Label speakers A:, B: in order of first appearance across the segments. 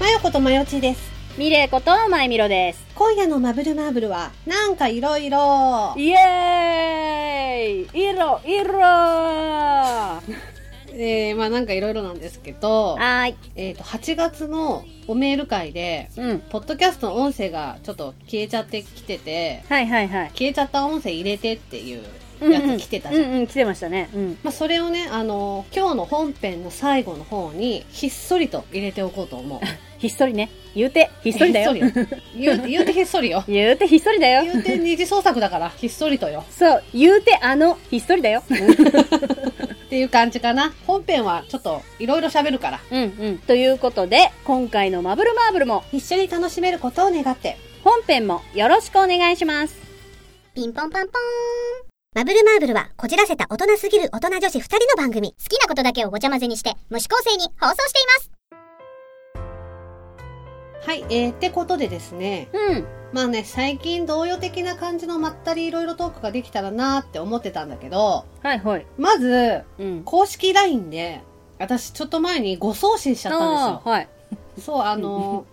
A: ーことまよちです。
B: ミレイことまいみろです。
A: 今夜のマブルマーブルは、なんかいろいろ。
B: イエーイイロイロは
A: えー、まあなんかいろいろなんですけど、
B: ーい。
A: えっ、と、8月のおメール会で、
B: うん。
A: ポッドキャストの音声がちょっと消えちゃってきてて、
B: はいはいはい。
A: 消えちゃった音声入れてっていうやつ来てたじゃん。
B: うんうん、来てましたね。うん。
A: まあ、それをね、あの、今日の本編の最後の方に、ひっそりと入れておこうと思う。
B: ひっそりね。言うて、ひっそりだ よ。。
A: ひっそりよ言うて、言うてひっそりよ
B: 言うて、ひっそりだよ。
A: 言うて二次創作だから、ひっそりとよ。
B: そう、言うて、あの、ひっそりだよ。
A: っていう感じかな。本編はちょっといろいろ喋るから。
B: うんうん。ということで、今回のマブルマーブルも、
A: 一緒に楽しめることを願って。
B: 本編もよろしくお願いします。
C: ピンポンパンポーン。マブルマーブルは、こじらせた大人すぎる大人女子二人の番組。好きなことだけをごちゃ混ぜにして、無視構成に放送しています。
A: はい、えー、ってことでですね。
B: うん。
A: まあね、最近同様的な感じのまったりいろいろトークができたらなーって思ってたんだけど、
B: はいはい。
A: まず、
B: うん。
A: 公式 LINE で、私ちょっと前にご送信しちゃったん
B: あ
A: で
B: あ、はい。
A: すよ。そう、あの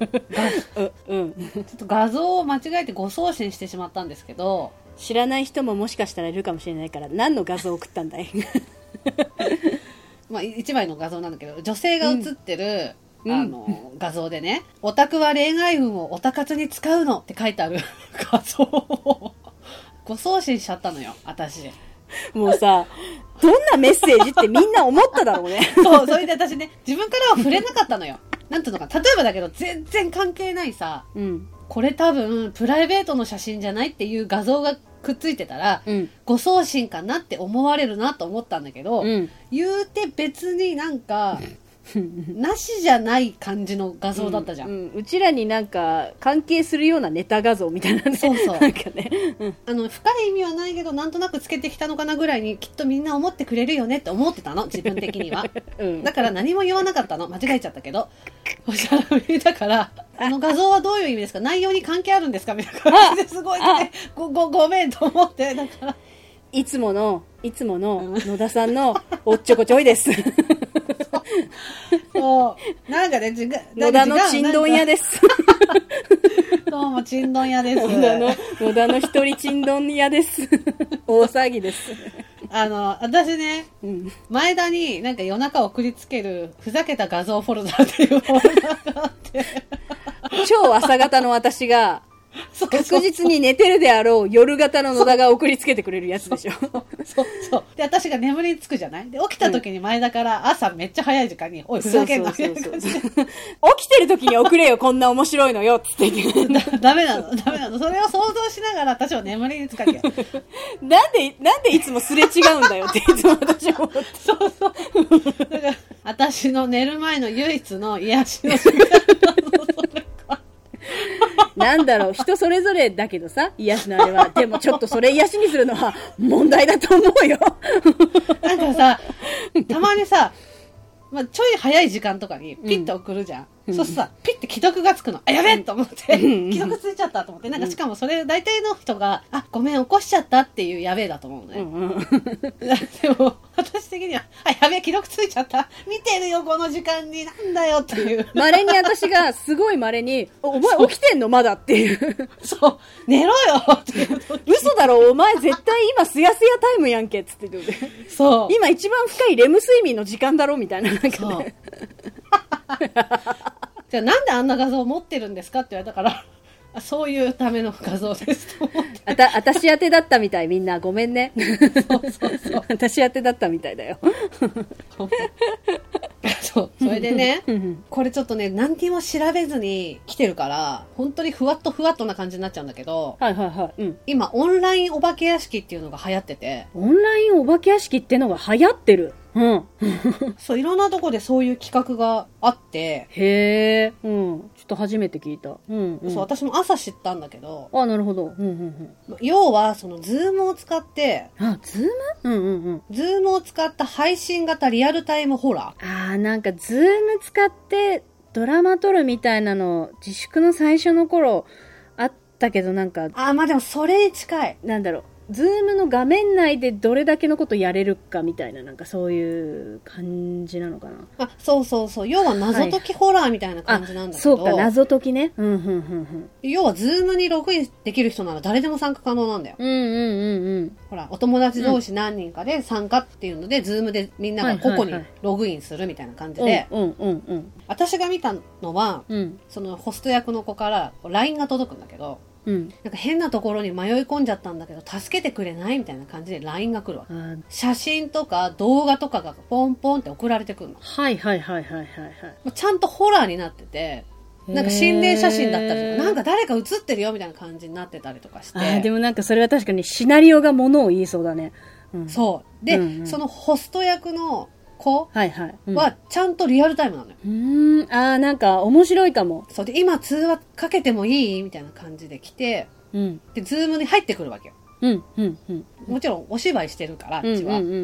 B: う、うん。
A: ー、ちょっと画像を間違えてご送信してしまったんですけど、
B: 知らない人ももしかしたらいるかもしれないから、何の画像を送ったんだい
A: まあ、一枚の画像なんだけど、女性が写ってる、
B: うん
A: あの、画像でね、オタクは恋愛運をオタ活に使うのって書いてある 画像を、ご送信しちゃったのよ、私。
B: もうさ、どんなメッセージってみんな思っただろうね。
A: そう、それで私ね、自分からは触れなかったのよ。なんていうのかな、例えばだけど、全然関係ないさ、
B: うん。
A: これ多分、プライベートの写真じゃないっていう画像がくっついてたら、
B: うん。
A: ご送信かなって思われるなと思ったんだけど、
B: うん。
A: 言うて別になんか、なしじゃない感じの画像だったじゃん
B: う。ん。うちらになんか、関係するようなネタ画像みたいなね。
A: そうそう
B: なんかね。うん。
A: あの、深い意味はないけど、なんとなくつけてきたのかなぐらいに、きっとみんな思ってくれるよねって思ってたの、自分的には。
B: うん
A: だから何も言わなかったの。間違えちゃったけど。おしゃべりだから、あの画像はどういう意味ですか内容に関係あるんですかみたいな感じですごいね、ご、ご、ごめんと思って、だから。
B: いつもの、いつもの野田さんのおっちょこちょいです。
A: もう、なんかね、違う。
B: 野田のちんどん屋
A: で。
B: です。
A: どうも、ちんどん屋です。
B: 野田の、野田の一人ちんどん屋です。大騒ぎです。
A: あの、私ね、
B: うん。
A: 前田になんか夜中送りつける、ふざけた画像フォルダっていうフォルダがあ って。
B: 超朝方の私が、
A: そうそう
B: 確実に寝てるであろう夜型の野田が送りつけてくれるやつでしょ。
A: そうそう。で、私が眠りにつくじゃないで、起きた時に前だから朝めっちゃ早い時間に、おい、ふざけんなみたいな感じで。
B: 起きてる時に送れよ、こんな面白いのよ、つって言って。
A: だダメなの、ダメなの。それを想像しながら私は眠りにつかけよ。
B: なんで、なんでいつもすれ違うんだよっていつも私は思って。
A: そうそう。だから、私の寝る前の唯一の癒しの時間なの、それが。
B: なんだろう、人それぞれだけどさ、癒しのあれは。でもちょっとそれ癒しにするのは問題だと思うよ。
A: なんかさ、たまにさ、まあ、ちょい早い時間とかにピッて送るじゃん。そうするとさ、ピッて既読がつくの。あ、やべえと思って、既読ついちゃったと思って、なんかしかもそれ大体の人が、あ、ごめん、起こしちゃったっていうやべえだと思うのね。
B: うんうん
A: でも、私的には、あ、やべえ、記録ついちゃった。見てるよ、この時間に。なんだよっていう。
B: 稀に私が、すごい稀に、おお前起きてんのまだっていう。
A: そう、寝ろよっていう。
B: 嘘だろ、お前絶対今すやすやタイムやんけ、つって言ってくる。
A: そう。
B: 今一番深いレム睡眠の時間だろみたいな。なんか
A: そう
B: ね。。
A: じゃあ、なんであんな画像を持ってるんですかって言われたから、あそういうための画像ですと思って。
B: あた、私宛てだったみたい、みんな。ごめんね。
A: そうそう そう。
B: 私宛てだったみたいだよ。
A: そう。それでね
B: うんうん、
A: これちょっとね、何にも調べずに来てるから、本当にふわっとふわっとな感じになっちゃうんだけど、
B: はいはいはい。うん。
A: 今、オンラインお化け屋敷っていうのが流行ってて、
B: オンラインお化け屋敷ってのが流行ってる。うん。
A: そう、いろんなとこでそういう企画があって、
B: へえ。うん。ちょっと初めて聞いた。うん、うん。
A: そう、私も朝知ったんだけど、
B: あ、なるほど。うんうん
A: 要は、その、ズームを使って、
B: うん。あ、ズームうんうんうん。
A: ズームを使った配信型リアルタイムホラ
B: あー、なんかズーム使ってドラマ撮るみたいなの、自粛の最初の頃あったけどなんか、
A: ー。あー、まあでもそれに近い。
B: なんだろう。ズームの画面内でどれだけのことやれるかみたいな、なんかそういう感じなのかな。
A: あそうそうそう要は謎解きホラーみたいな感じなんだけ
B: そ
A: ど、
B: うか、謎解きね。うん、うん、うん、うん。
A: 要はズームにログインできる人なら誰でも参加可能なんだよ
B: うん、うん、うん、
A: ほらお友達同士何人かで参加っていうので、ズームでみんなが個々
B: はいは
A: に
B: いはい
A: ログインするみたいな感じ
B: う
A: で、
B: ん。うん、うん、うん。
A: 私が見たのは
B: うん、
A: そのホスト役の子から LINE が届くんだけど
B: うん。
A: なんか変なところに迷い込んじゃったんだけど助けてくれないみたいな感じで LINE が来るわけ
B: あー
A: 写真とか動画とかがポンポンって送られてくるの
B: はい、はい、はい、はい、はいはい。
A: まあちゃんとホラーになっててなんか心霊写真だったりとかなんか誰か写ってるよみたいな感じになってたりとかし
B: あーで
A: て
B: もなんかそれは確かにシナリオがものを言いそうだね。うん、
A: そうで、
B: うんうん
A: そのホスト役の子
B: はいはい。うん、
A: はちゃんとリアルタイムなのよ、
B: うーん、あーなんか面白いかも。
A: そうで今通話かけてもいいみたいな感じで来て
B: うん、
A: でズームに入ってくるわけよ
B: うん、うん、うん。
A: もちろんお芝居してるからあっ
B: うん、
A: ち
B: うん、
A: は、
B: うん、うん、う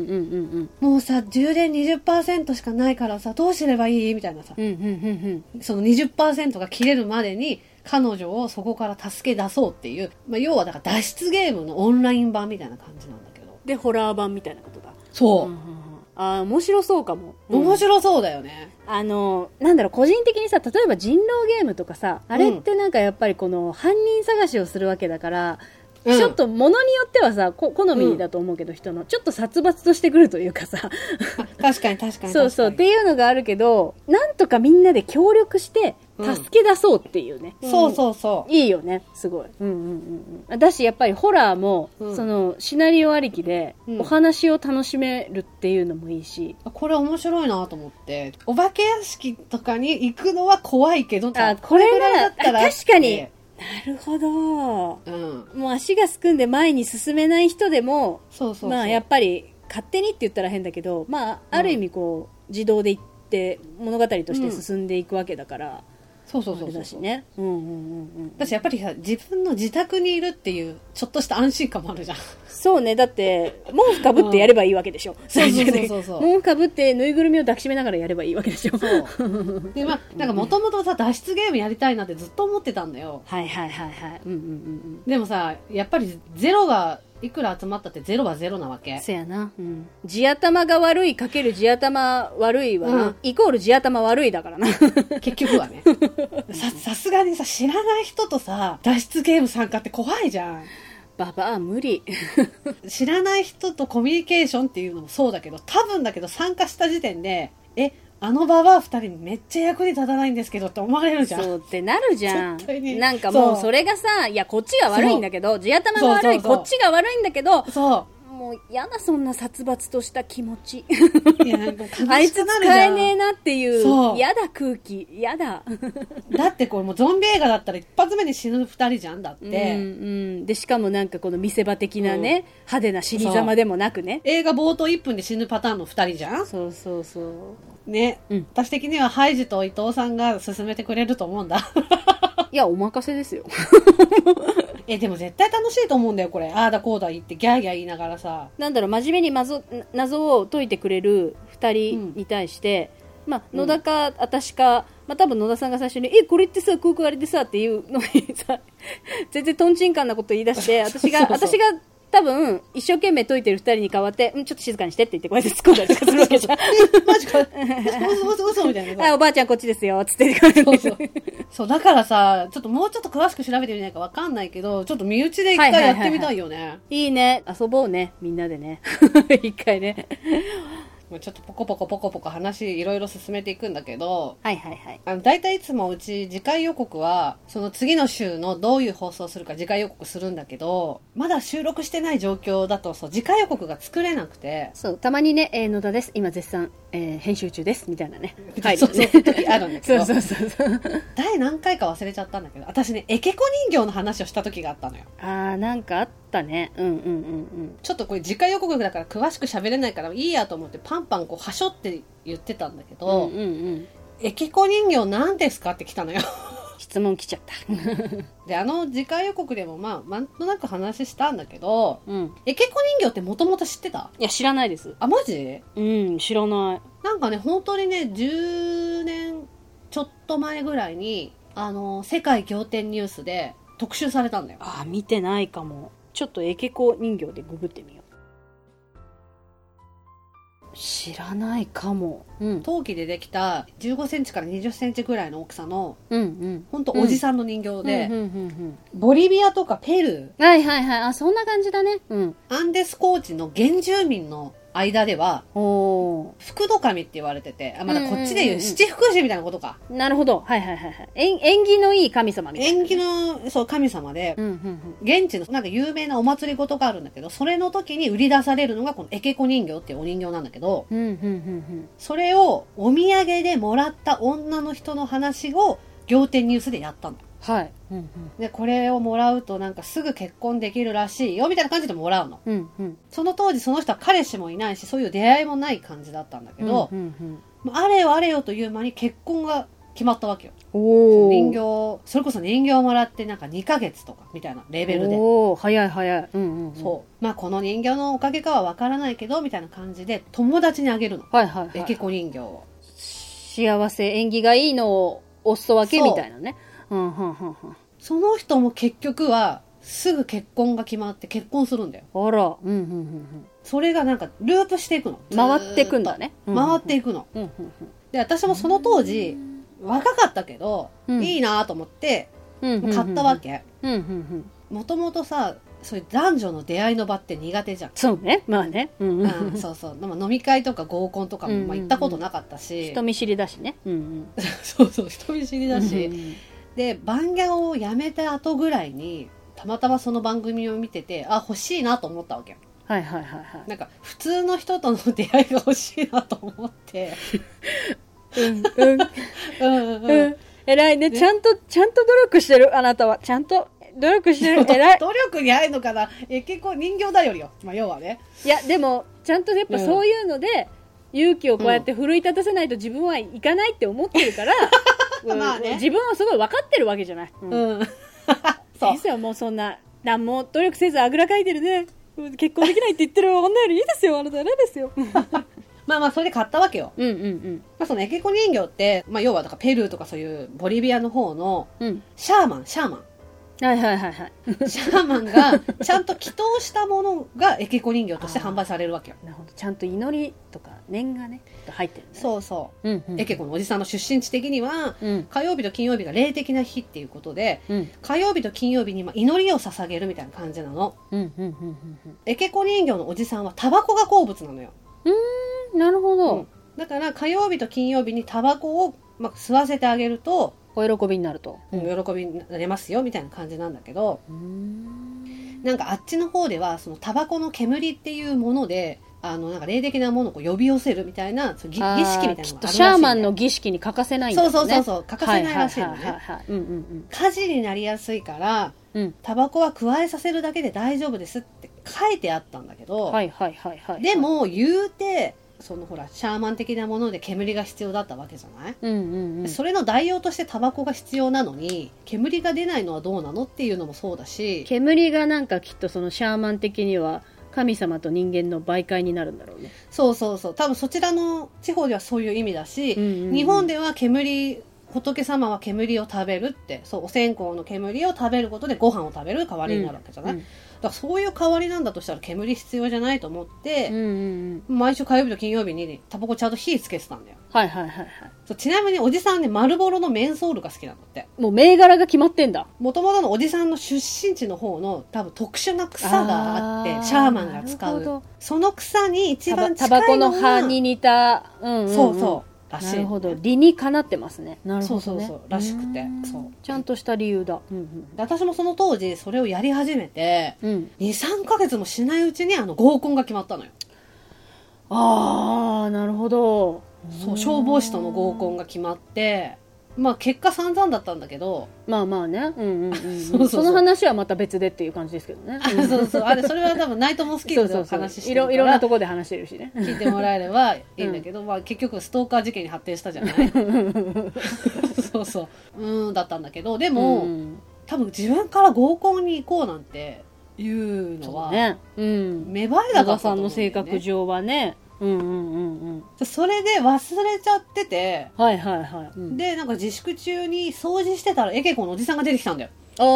B: ん。
A: もうさ充電20%しかないからさどうすればいいみたいなさ
B: うん、うん、うん、
A: その20%が切れるまでに彼女をそこから助け出そうっていう、まあ、要はだから脱出ゲームのオンライン版みたいな感じなんだけど
B: で、ホラー版みたいなことだ。
A: そう、
B: うんうんうんあー面白そうかも。
A: 面白そうだよね、
B: あの、なんだろう、個人的にさ、例えば人狼ゲームとかさ、あれってなんかやっぱりこの犯人探しをするわけだから、
A: うん
B: ちょっと物によってはさ、こ好みだと思うけど、人の、ちょっと殺伐としてくるというかさ、
A: 確かに確かに確かに
B: そうそう、っていうのがあるけど、なんとかみんなで協力して、
A: うん
B: 助け出そうっていうね。
A: そうそうそう
B: いいよね、すごい。うんうんうんうん。だし、やっぱりホラーも、
A: うん
B: その、シナリオありきで、
A: うん
B: お話を楽しめるっていうのもいいし、
A: これ面白いなと思ってお化け屋敷とかに行くのは怖いけど
B: あ、これ
A: ぐ
B: な
A: ら
B: ら、
A: いだったら
B: あ確かに。なるほど。
A: うん
B: もう足がすくんで前に進めない人でも、
A: そうそうそう
B: まあやっぱり勝手にって言ったら変だけど、まあある意味こう、自動で行って物語として進んでいくわけだから、
A: そうそう
B: あ
A: そう
B: れ
A: そう
B: だしね。うんうんうんうん。
A: 私やっぱりさ自分の自宅にいるっていうちょっとした安心感もある じゃん
B: そうね、だって、毛布かぶってやればいいわけでしょ。最終的に
A: そうそうそうそう
B: 毛布かぶってぬいぐるみを抱きしめながらやればいいわけでしょ。
A: そう。で、まあ、なんかもともとさ、脱出ゲームやりたいなってずっと思ってたんだよ。
B: はいはいはいはい。うんうんうん
A: でもさ、やっぱりゼロが、いくら集まったってゼロはゼロなわ
B: うん。
A: け。
B: せやな。うん。地頭が悪いかける地頭悪いはな、
A: うん
B: イコール地頭悪いだからな。
A: 結局 はね。さ、さすがにさ、知らない人とさ、脱出ゲーム参加って怖いじゃん。
B: ババア無理。
A: 知らない人とコミュニケーションっていうのもそうだけど、多分だけど参加した時点で、え、あのババア二人めっちゃ役に立たないんですけどって思われるじゃん。
B: そうってなるじゃん
A: 絶対に。
B: なんかもう
A: そう
B: それがさ、いや、こっちが悪いんだけど、地頭が悪い、
A: そうそうそう
B: こっちが悪いんだけど、
A: そ
B: もう嫌だ、そんな殺伐とした気持 ち。
A: う。いや、なんか悲しくな
B: あ
A: る
B: い
A: じ
B: つ
A: ゃん
B: 使えねえなっていう
A: そ、う
B: 嫌だ空気、嫌だ。
A: だってこれもうゾンビ映画だったら一発目に死ぬ二人じゃんだって。
B: うんうん、でしかもなんかこの見せ場的なね、派手な死にざまでもなくね
A: 映画冒頭1分で死ぬパターンの2人じゃん
B: そうそうそう
A: ね、
B: うん
A: 私的にはハイジと伊藤さんが勧めてくれると思うんだ
B: いやお任せですよ
A: えでも絶対楽しいと思うんだよこれああだこうだ言ってギャーギャー言いながら さ
B: なんだろう真面目に謎謎を解いてくれる2人に対して、まあ、野田か私か、まあ、多分野田さんが最初に「えこれってさこうこうあれでさ」っていうのにさ 全然とんちんかんなこと言い出して私が
A: そうそう
B: 私が多分一生懸命解いてる2人に代わって「うんちょっと静かにして」って言ってこうやって突っ込んだりとかするわけじ ゃん
A: えマジか嘘嘘嘘みたいな
B: あおばあちゃんこっちですよ」っつってこうやって
A: そうそうそうだからさちょっともうちょっと詳しく調べてみないかわかんないけどちょっと身内で一回やってみたいよね、
B: いい ね。遊ぼうね。みんなでね。 一回ね。
A: まあちょっとポコポコポコポコ話いろいろ進めていくんだけど
B: はいはいはい。
A: あの大体いつもうち次回予告はその次の週のどういう放送するか次回予告するんだけどまだ収録してない状況だとそう次回予告が作れなくて、
B: そう、たまにね、えー野田です。今絶賛、えー編集中です。みたいなね。は い。
A: そうそういう時あるんだけど
B: そうそうそうそう。
A: 第何回か忘れちゃったんだけど私ねエケコ人形の話をした時があったのよ
B: あー、なんかあったね。うんうんうんうん。
A: ちょっとこれ次回予告だから詳しく喋れないからいいやと思ってパンパンこうはしょって言ってたんだけど、
B: うんうんうん。
A: エケコ人形何ですかって来たのよ
B: 質問来ちゃった。
A: であの次回予告でもまあなんとなく話したんだけど
B: うん。
A: エケコ人形ってもともと知ってた
B: いや、知らないです。
A: あマジ
B: うん、知らない。
A: なんかね、本当にね、10年ちょっと前ぐらいに、あの、世界仰天ニュースで特集されたんだよ。
B: あー、見てないかも。ちょっとエケコ人形でググってみよう知らないかもうん
A: 陶器でできた15センチから20センチぐらいの大きさの
B: うんうん
A: 本当おじさんの人形で、
B: うんうんうん
A: ボリビアとかペル
B: うんはいはいはいあそんな感じだねうん
A: ーアンデス高地の原住民の間では
B: おお
A: 福の神って言われててあまだこっちで
B: うんうん
A: 言う
B: うんう
A: ん七福神みたいなことか
B: ーなるほどはいはいはいはい縁縁起のいい神様みたいな
A: 縁起のそう神様で
B: うんうん
A: 現地のなんか有名なお祭り事があるんだけどそれの時に売り出されるのがこのエケコ人形っていうお人形なんだけど
B: うんうんうんうん
A: それをお土産でもらった女の人の話を仰天ニュースでやったの
B: はいうん
A: でこれをもらうとなんかすぐ結婚できるらしいよみたいな感じでもらうの
B: うんうんうん
A: その当時その人は彼氏もいないしそういう出会いもない感じだったんだけど
B: う、んうん
A: まああれよあれよという間に結婚が決まったわけよ
B: うんおお
A: 人形それこそ人形をもらってなんか2ヶ月とかみたいなレベルで
B: おお早い早いうんうんうん
A: そうまあこの人形のおかげかはわからないけどみたいな感じで友達にあげるの
B: はいはい、
A: エ
B: は
A: ケ
B: い、
A: コ人形を
B: 幸せ縁起がいいのをお裾分け
A: そう
B: みたいなねうんうんうん
A: その人も結局はすぐ結婚が決まって結婚するんだよ
B: うんあらうんうんうん
A: それがなんかループしていくの
B: うん回ってくんだね
A: ずーっと回っていくの
B: うんうん
A: で私もその当時若かったけど、
B: うん
A: いいなと思って
B: うんうんうん
A: 買ったわけ、
B: うんうんうん
A: もともとさそういう男女の出会いの場って苦手じゃん、
B: そうねまあねうんう
A: うんん、そうそうでも飲み会とか合コンとかもまあ行ったことなかったし、
B: 人見知りだしねうん
A: そうそう人見知り
B: う
A: だ
B: ん
A: し、
B: うん
A: で番屋を辞めた後ぐらいにたまたまその番組を見ててあ欲しいなと思ったわけよ
B: はいはいはいは
A: なんか普通の人との出会いが欲しいなと思って
B: いうんうん
A: うんうん、
B: うん偉いねちゃんとちゃんと努力してるあなたはちゃんと努 力してる偉い
A: 努力に合うのかなえ結構人形だよりよ、まあ、要はね
B: いやでもちゃんとやっぱ
A: うん
B: そういうので、勇気をこうやって奮い立たせないと自分はいかないって思ってる から、うん
A: まあね
B: 自分はすごい分かってるわけじゃない、うん
A: うん そう
B: 先生はもうそんな何も努力せずあぐらかいてるねうん結婚できないって言ってる女よりいいですよあなた偉いですようん
A: まあまあそれで買ったわけよ、
B: うんうん
A: まあ、そのエケコ人形って、まあ、要はだからペルーとかそういうボリビアの方の
B: うん
A: シャーマンシャーマ ン
B: はいはいはいはい
A: シャーマンがちゃんと祈祷したものがエケコ人形として販売される わけよ
B: なるほどちゃんと祈りとか念がねちょっと入ってるんだね、
A: そうそう
B: んうん、
A: エケコのおじさんの出身地的には
B: うん
A: 火曜日と金曜日が霊的な日っていうことで
B: うん
A: 火曜日と金曜日にまあ祈りを捧げるみたいな感じなの
B: うんうんうんうん
A: エケコ人形のおじさんはタバコが好物なのよ
B: うんなるほど、
A: うんだから火曜日と金曜日にタバコをまあ吸わせてあげると
B: お喜びになると、
A: 喜びになれますよみたいな感じなんだけど
B: うん
A: なんかあっちの方ではそのタバコの煙っていうものであのなんか霊的なものをこう呼び寄せるみたいなそう儀儀式みたいなのがあるらしい
B: き
A: ん
B: っ
A: だ
B: と
A: よ
B: シャーマンの儀式に欠かせないんだ
A: そ
B: も
A: うんそうそう
B: う
A: そう欠かせないらしいのね
B: うんうん
A: 火事になりやすいから
B: うんうん
A: タバコは加えさせるだけで大丈夫ですって書いてあったんだけど、
B: はいはいはいはい
A: でも言うてそのほらシャーマン的なもので煙が必要だったわけじゃない、
B: うんうんうん
A: それの代用としてタバコが必要なのに煙が出ないのはどうなのっていうのもそうだし
B: 煙がなんかきっとそのシャーマン的には神様と人間の媒介になるんだろうね、
A: そうそうそう多分そちらの地方ではそういう意味だし、日本では煙仏様は煙を食べるってそうお線香の煙を食べることでご飯を食べる代わりになるわけじゃない、
B: うんうん
A: だからそういう代わりなんだとしたら煙必要じゃないと思って
B: うん、うんうん
A: 毎週火曜日と金曜日にタバコちゃんと火つけてたんだよ
B: はいはいはいは
A: そうちなみにおじさんね丸ボロのメンソールが好きなんだって
B: いもう銘柄が決まってんだ
A: もともとのおじさんの出身地の方の多分特殊な草があって
B: あー
A: シャーマンが使
B: なるほ
A: う
B: ど
A: その草に一
B: タバ
A: 番近
B: タ
A: いの
B: バ
A: が
B: コの葉に似た、うんうんうん
A: そうそうらしい
B: なるほど理にかなってますねなるほど、ね、
A: そうそうそうらしくて
B: うん
A: そう
B: ちゃんとした理由だ、うん
A: で私もその当時それをやり始めて
B: うんうん、
A: 23ヶ月もしないうちにあの合コンが決まったのよ
B: ああなるほど
A: そう消防士との合コンが決まってまあ結果散々だったんだけど、
B: まあまあね、うんう んうん
A: そうそうそう
B: その話はまた別でっていう感じですけど ね、うん
A: そうそうあれそれは多分ナイトモスキ
B: そ
A: ー
B: う
A: ズで
B: そ
A: お
B: うそう
A: 話しして
B: い
A: る
B: ろ
A: か
B: いろんな
A: ら
B: とこで話してるしね
A: 聞いてもらえればいいんだけど、まあ、結局ストーカー事件に発展したじゃない そうそううーんだったんだけどで も、
B: ん、
A: 多分自分から合コンに行こうなんていうの
B: そう
A: は
B: ね、うん、
A: 芽生えなかっ
B: 野田
A: たと
B: さん
A: 思う
B: の
A: んだ
B: 性
A: よね
B: 格上はねうんうんうんうん
A: それで忘れちゃってて
B: はいはいはい、うん、
A: でなんか自粛中に掃除してたらエケコのおじさんが出てきたんだよ
B: ああ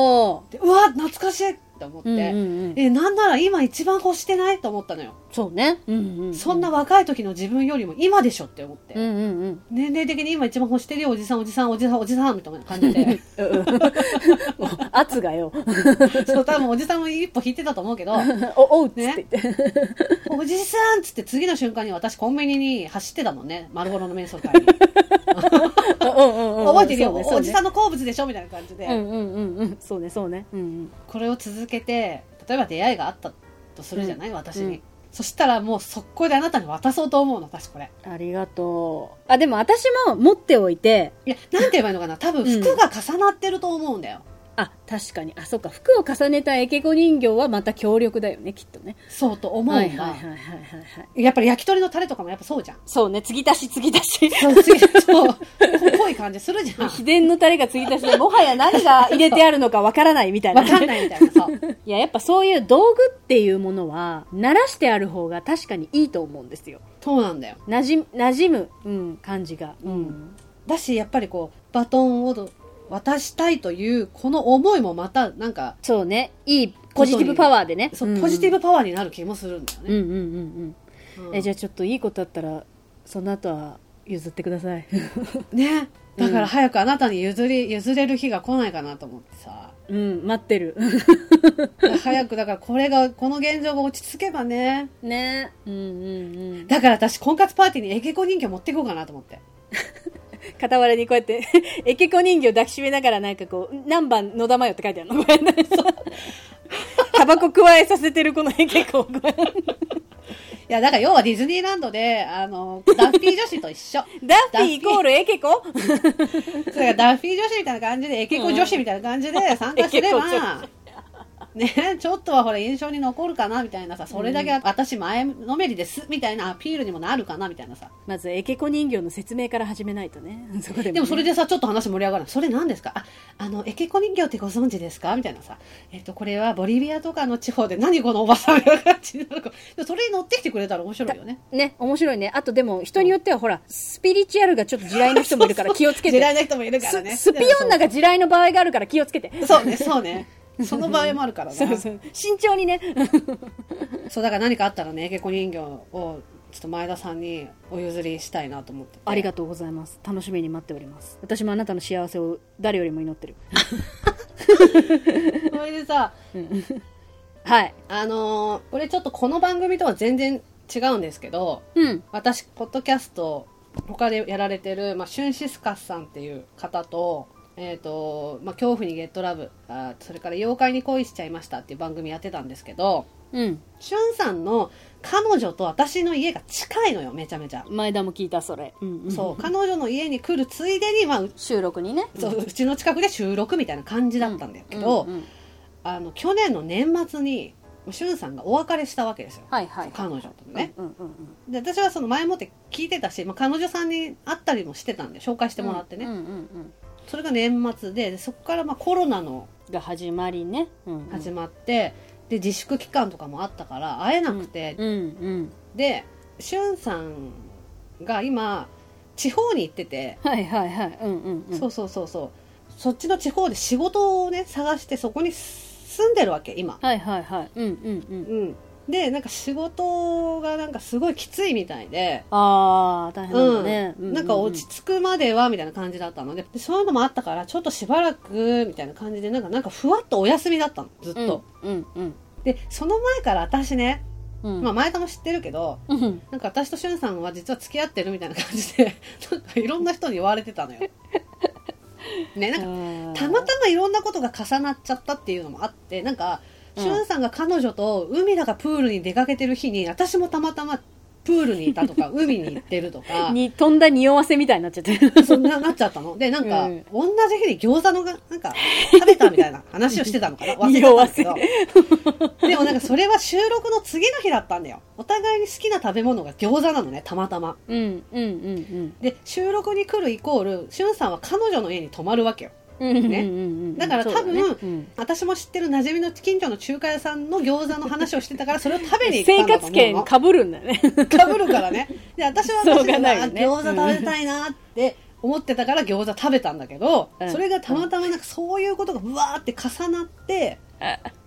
A: でうわ懐かしいって思って、
B: うんうんうん、
A: えなんなら今一番欲してないと思ったのよ、
B: そうね、うんうんうん、
A: そんな若い時の自分よりも今でしょって思って、
B: うんうんうん
A: 年齢的に今一番欲してるよおじさんおじさんおじさんおじさんみたいな感じ で
B: もう圧がよ
A: そう多分おじさんも一歩引いてたと思うけど
B: おおうっつって言って、
A: おじさんっつって次の瞬間に私コンビニに走ってたもんね丸ごろの面相会に
B: うん うんうん
A: 覚えてるよ、
B: そうねそうね
A: おじさんの好物でしょみたいな感じで、
B: うんうんうんうんそうねそうねうんうん
A: これを続けて例えば出会いがあったとするじゃない、私に、
B: うん
A: そしたらもう速攻であなたに渡そうと思うの私これ
B: ありがとうあでも私も持っておいて
A: いやなんて言えばいいのかな多分服が重なってると思うんだよ、
B: あ確かにあそうか服を重ねたエケコ人形はまた強力だよねきっとね
A: そうと思う
B: は
A: ん
B: いはい
A: だ
B: はいはいはいはい
A: やっぱり焼き鳥のタレとかもやっぱそうじ ゃん
B: そうね継ぎ足し継ぎ足し
A: そう次そうぽい感じするじゃん
B: 秘伝のタレが継ぎ足しでもはや何が入れてあるのかわからないみたいな
A: わかんないみたいなさ
B: いややっぱそういう道具っていうものは慣らしてある方が確かにいいと思うんですよ
A: そうなんだよ
B: なじ馴染む、うん、感じが、うん
A: だしやっぱりこうバトンを渡したいというこの思いもまたなんか
B: そうねいいポジティブパワーでね
A: そううんポジティブパワーになる気もするんだよ
B: うん
A: ね、
B: うんうんうん、えじゃあちょっといいことあったらその後は譲ってください
A: あねだから早くあなたに譲り譲れる日が来ないかなと思って さ
B: うん待ってる
A: 早くだからこれがこの現状が落ち着けばね
B: ねうんうんうん
A: だから私婚活パーティーにエケコ人形持っていこうかなと思って
B: 傍らにこうやって えけこ人形抱きしめながらなんかこう何番野田真よって書いてあるのこれねタバコ加えさせてるこのえけこ
A: いやだから要はディズニーランドであのダッフィー女子と一 緒
B: ダッフィーイコールえけこ
A: それがダッフィー女子みたいな感じでエケコ女子みたいな感じで参加すれ
B: エケコ女
A: ばね、ちょっとはほら印象に残るかなみたいなさそれだけ私前のめりですみたいなアピールにもなるかなみたいなさ
B: まずえけこ人形の説明から始めないとねそこでもね
A: でもそれでさちょっと話盛り上がるそれ何ですかああのエケコ人形ってご存知ですかみたいなさ、えっとこれはボリビアとかの地方で何このおばさんみたいな感じになるかでもそれに乗ってきてくれたら面白いよね
B: ね、面白いね。あとでも、人によってはほら、スピリチュアルがちょっと地雷の人もいるから気をつけ
A: 嫌
B: て。
A: いな人もいるからね
B: ススピ女が地雷の場合があるから気をつけて。
A: そうねそう ねその場合もあるからな
B: そうそう。慎重にね。
A: そうだから何かあったらね結婚人形をちょっと前田さんにお譲りしたいなと思ってて
B: ありがとうございます。楽しみに待っております。私もあなたの幸せを誰よりも祈ってる。
A: それでさ
B: はい。
A: あのーこれちょっとこの番組とは全然違うんですけど
B: うん。
A: 私ポッドキャスト他でやられてる、まあ、シュンシスカスさんっていう方とえーとまあ、恐怖にゲットラブあーそれから妖怪に恋しちゃいましたっていう番組やってたんですけど
B: うん。
A: シュンさんの彼女と私の家が近いのよめちゃめちゃ、
B: 前田も聞いた、それ。うん、
A: そう彼女の家に来るついでに、まあ、う
B: うん。収録にね。
A: そううちの近くで収録みたいな感じだったんだけど、
B: うんうん
A: あの去年の年末にしゅんさんがお別れしたわけですよ
B: はいはい。
A: 彼女とね、
B: うんうんうん。
A: で私はその前もって聞いてたし、まあ、彼女さんに会ったりもしてたんで紹介してもらってね、
B: うんうんうん
A: それが年末ででそこからまあコロナの
B: うん。が始まりね。うんうん
A: 始まって、で自粛期間とかもあったから会えなくて、
B: うんうん。
A: でしゅんさんが今地方に行ってて、
B: はいはいはい。うんうんうん。
A: そうそうそうそうそっちの地方で仕事をね探してそこに住んでるわけ今
B: はいはいはい。うんうんうん。
A: うん、でなんか仕事がなんかすごいきついみたいで、
B: ああ、大変なんだね。
A: うん、なんか落ち着くまではみたいな感じだったのででそういうのもあったからちょっとしばらくみたいな感じでなんかなんかふわっとお休みだったのずっ
B: うん
A: と、。
B: うんうん
A: でその前から私ね、
B: うん。
A: まあ、前田も知ってるけど
B: うん
A: なんか私としゅんさんは実は付き合ってるみたいな感じで なんかいろんな人に言われてたのよ。ねなんかたまたまいろんなことが重なっちゃったっていうのもあってなんか
B: うん
A: しゅんさんが彼女と海だかプールに出かけてる日に私もたまたまプールにいたと か海に行ってるとか
B: に飛んだ匂わせみたいになっちゃってる。
A: そんななっちゃったのでなんか、
B: うん
A: 同じ日に餃子のがなんか食べたみたいな話をしてたのかな忘れ
B: 匂わ
A: たんだ
B: せ
A: けどでもなんかそれは収録の次の日だったんだよお互いに好きな食べ物が餃子なのねたまたま
B: うんうんうん
A: で収録に来るイコールしゅんさんは彼女の家に泊まるわけよ
B: うん。うん
A: ね
B: うんうんうん
A: だから多分
B: そうだね
A: 私も知ってる馴染みの近所の中華屋さんの餃子の話をしてたからそれを食
B: う
A: べ
B: ん
A: に行った
B: 生
A: んだと
B: 活
A: 思う
B: 圏
A: の
B: かぶるん だね。
A: かぶるからねで私は
B: しょ
A: 私
B: うが
A: で、
B: ないよ
A: あ
B: ね
A: 餃子食べたいなって思ってたから餃子食べたんだけど、
B: うん
A: それがたまたまなんかそういうことがうわーって重なって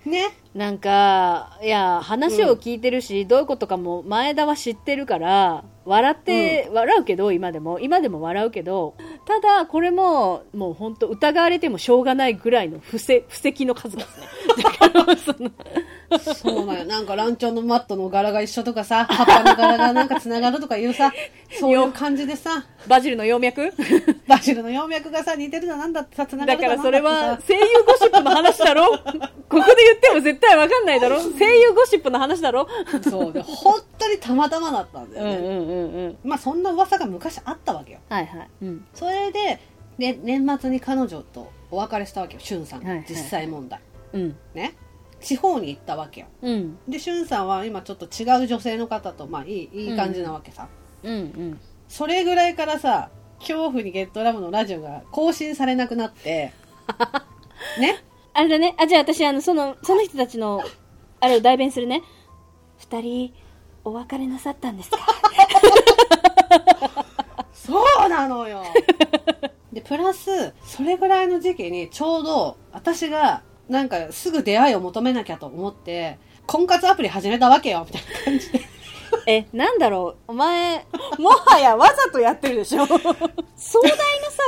A: ね
B: なんかいや話を聞いてるし、どういうことかも前田は知ってるから笑って、笑うけど今でも今でも笑うけどただこれももう本当疑われてもしょうがないぐらいの布石布石の数々ねだからその
A: そうなんよなんかランチョンのマットの柄が一緒とかさ葉っぱの柄がなんかつながるとかいうさそういう感じでさ
B: バジルの葉脈
A: バジルの葉脈がさ似てるだなんだってさつなが
B: だ
A: る
B: から
A: なん
B: それ
A: っ
B: は
A: てさ
B: 声優ゴシップの話 だろここで言っても絶対わかんないだろ声優ゴシップの話だろ
A: そうで本当にたまたまだったんだ
B: うん
A: よね、
B: うんうんうん
A: まあそんな噂が昔あったわけよ
B: はいはい、うん、
A: それで、ね、年末に彼女とお別れしたわけよしゅんさん、
B: はいはい
A: 実際問題
B: うん
A: ね地方に行ったわけよ
B: うん
A: でしゅんさんは今ちょっと違う女性の方とまあいいいい感じなわけさ、
B: うんうん
A: それぐらいからさ「恐怖にゲットラブ」のラジオが更新されなくなって ね
B: あれだね。あ、じゃあ私、あの、その、その人たちの、あれを代弁するね。二人、お別れなさったんですか
A: そうなのよ でプラスそれぐらいの時期にちょうど私がなんかすぐ出会いを求めなきゃと思って婚活アプリ始めたわけよみたいな感じで
B: え、なんだろう。お前、もはやわざとやってるでしょ 壮大なさ、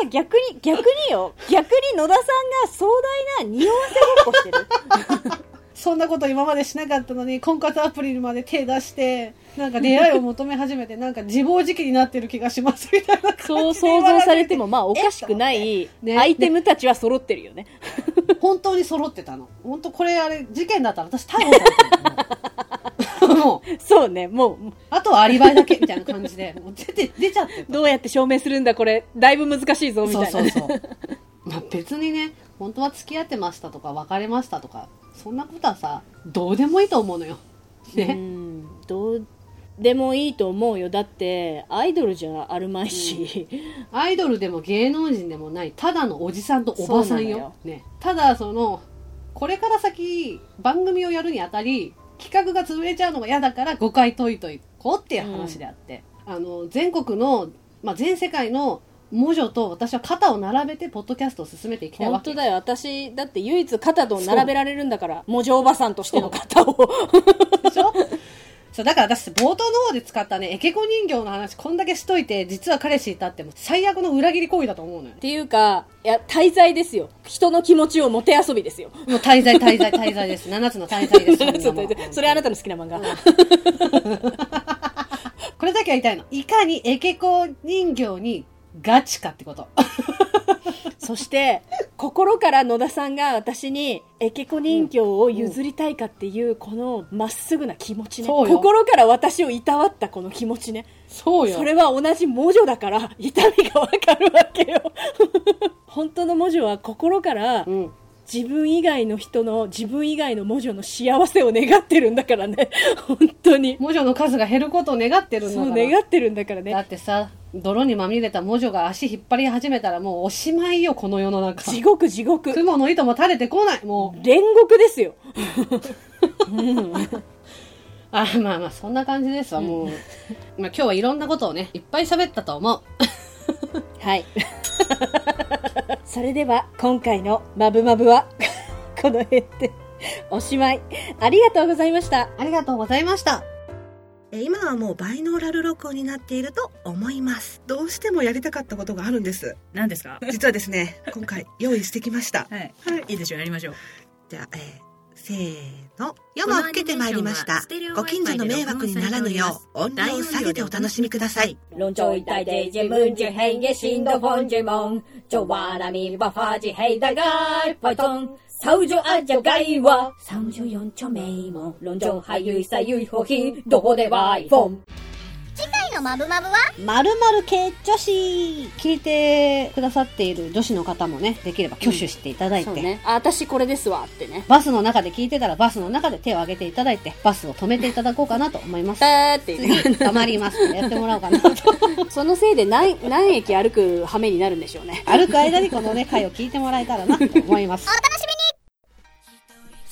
B: 逆に、逆によ。逆に野田さんが壮大な匂わせごっこしてる。
A: そんなこと今までしなかったのに婚活アプリにまで手出してなんか出会いを求め始めてなんか自暴自棄になってる気がしますみたいな感 じで
B: そう想像されても、まあ、おかしくない、
A: ね
B: アイテムたちは揃ってるよね。
A: 本当に揃ってたの本当これあれ事件だったら私逮捕されて るもう
B: そうね。もう、
A: あとはアリバイだけみたいな感じでもう出て出ちゃってた
B: どうやって証明するんだ、これ。だいぶ難しいぞ、みたいなね。
A: そうそうそう まあ別にね本当は付き合ってましたとか別れましたとかそんなことはさどうでもいいと思うのよ
B: う
A: ね、
B: んどうでもいいと思うよだってアイドルじゃあるまいし、
A: アイドルでも芸能人でもないただのおじさんとおばさんよ
B: そうなのよ
A: ね、ただそのこれから先番組をやるにあたり企画が潰れちゃうのが嫌だから誤解解いといこうっていう話であって、あの全国の、まあ、全世界の魔女と私は肩を並べてポッドキャストを進めていきたいわ
B: 本
A: け
B: 当だよ私だって唯一肩と並べられるんだからもじょおばさんとしての肩を
A: でしょ そうだから私冒頭の方で使ったねエケコ人形の話こんだけしといて実は彼氏いたってもう最悪の裏切り行為だと思うのよ
B: っていうかいや滞在ですよ人の気持ちをもて遊びですよ
A: もう滞在滞在滞在 です7つの滞在です
B: そう
A: こんなもん
B: それあなたの好きな漫画、
A: これだけは言いたいのいかにエケコ人形にガチかってこと
B: そして心から野田さんが私にエケコ人形を譲りたいかっていうこのまっすぐな気持ちね、
A: そうよ
B: 心から私をいたわったこの気持ちね
A: そう
B: それは同じ文字だから痛みがわかるわけ よ本当の文字は心から
A: うん
B: 自分以外の人の自分以外の文字の幸せを願ってるんだからね本当に
A: 魔女の数が減ることを願ってるんだ
B: そ
A: か
B: う
A: ら
B: 願ってるんだから
A: だ
B: ね
A: ってさ泥にまみれた魔女が足引っ張り始めたらもうおしまいよこの世の中
B: 地獄地獄
A: 雲の糸も垂れてこないもう
B: 煉獄ですよ
A: あまあまあそんな感じですわ、もう、ま あ、今日はいろんなことをねいっぱい喋ったと思う
B: はい それでは今回の「まぶまぶ」は この辺でおしまいありがとうございました
A: ありがとうございました
D: えー今はもうバイノーラル録音になっていると思いますどうしてもやりたかったことがあるんです
E: 何ですか
D: 実はですね今回用意してきました
E: はい。
D: はい
E: いいでしょう、やりましょう。
D: じゃあ、えーせーの夜も更けてまいりましたご
E: ご
D: 近所
E: 近所
D: の
E: の
D: 迷
E: 迷
D: 惑
E: 惑
D: に
E: に
D: な
E: な
D: ら
E: ら
D: ぬ
E: ぬ
D: よ
E: よ
D: う
E: う
D: 音
E: 音
D: 量
E: 量
D: を
E: を
D: 下
E: 下
D: げ
E: げ
D: て
E: て
D: お
E: お
D: 楽
E: 楽
D: し
E: し
D: み
E: み
D: く
E: く
D: だ
E: だ
D: さ
E: さ
D: い
E: い
F: 論調いたいデジムジュ変化進度本ジェモンジョバラミバファジヘイダガイバファン34著名門論調俳優左右保品どこでワイフォン
C: 次回のマブマブは
A: まるまる系女子聞いてくださっている女子の方もねできれば挙手していただいて、
B: そうねあ私これですわってね
A: バスの中で聞いてたらバスの中で手を挙げていただいてバスを止めていただこうかなと思いま す
B: だーっ て言う
A: 次黙りますやってもらおうかなと
B: そのせいで何何駅歩く羽目になるんでしょうね。
A: 歩く間にこのね回を聞いてもらえたらなと思います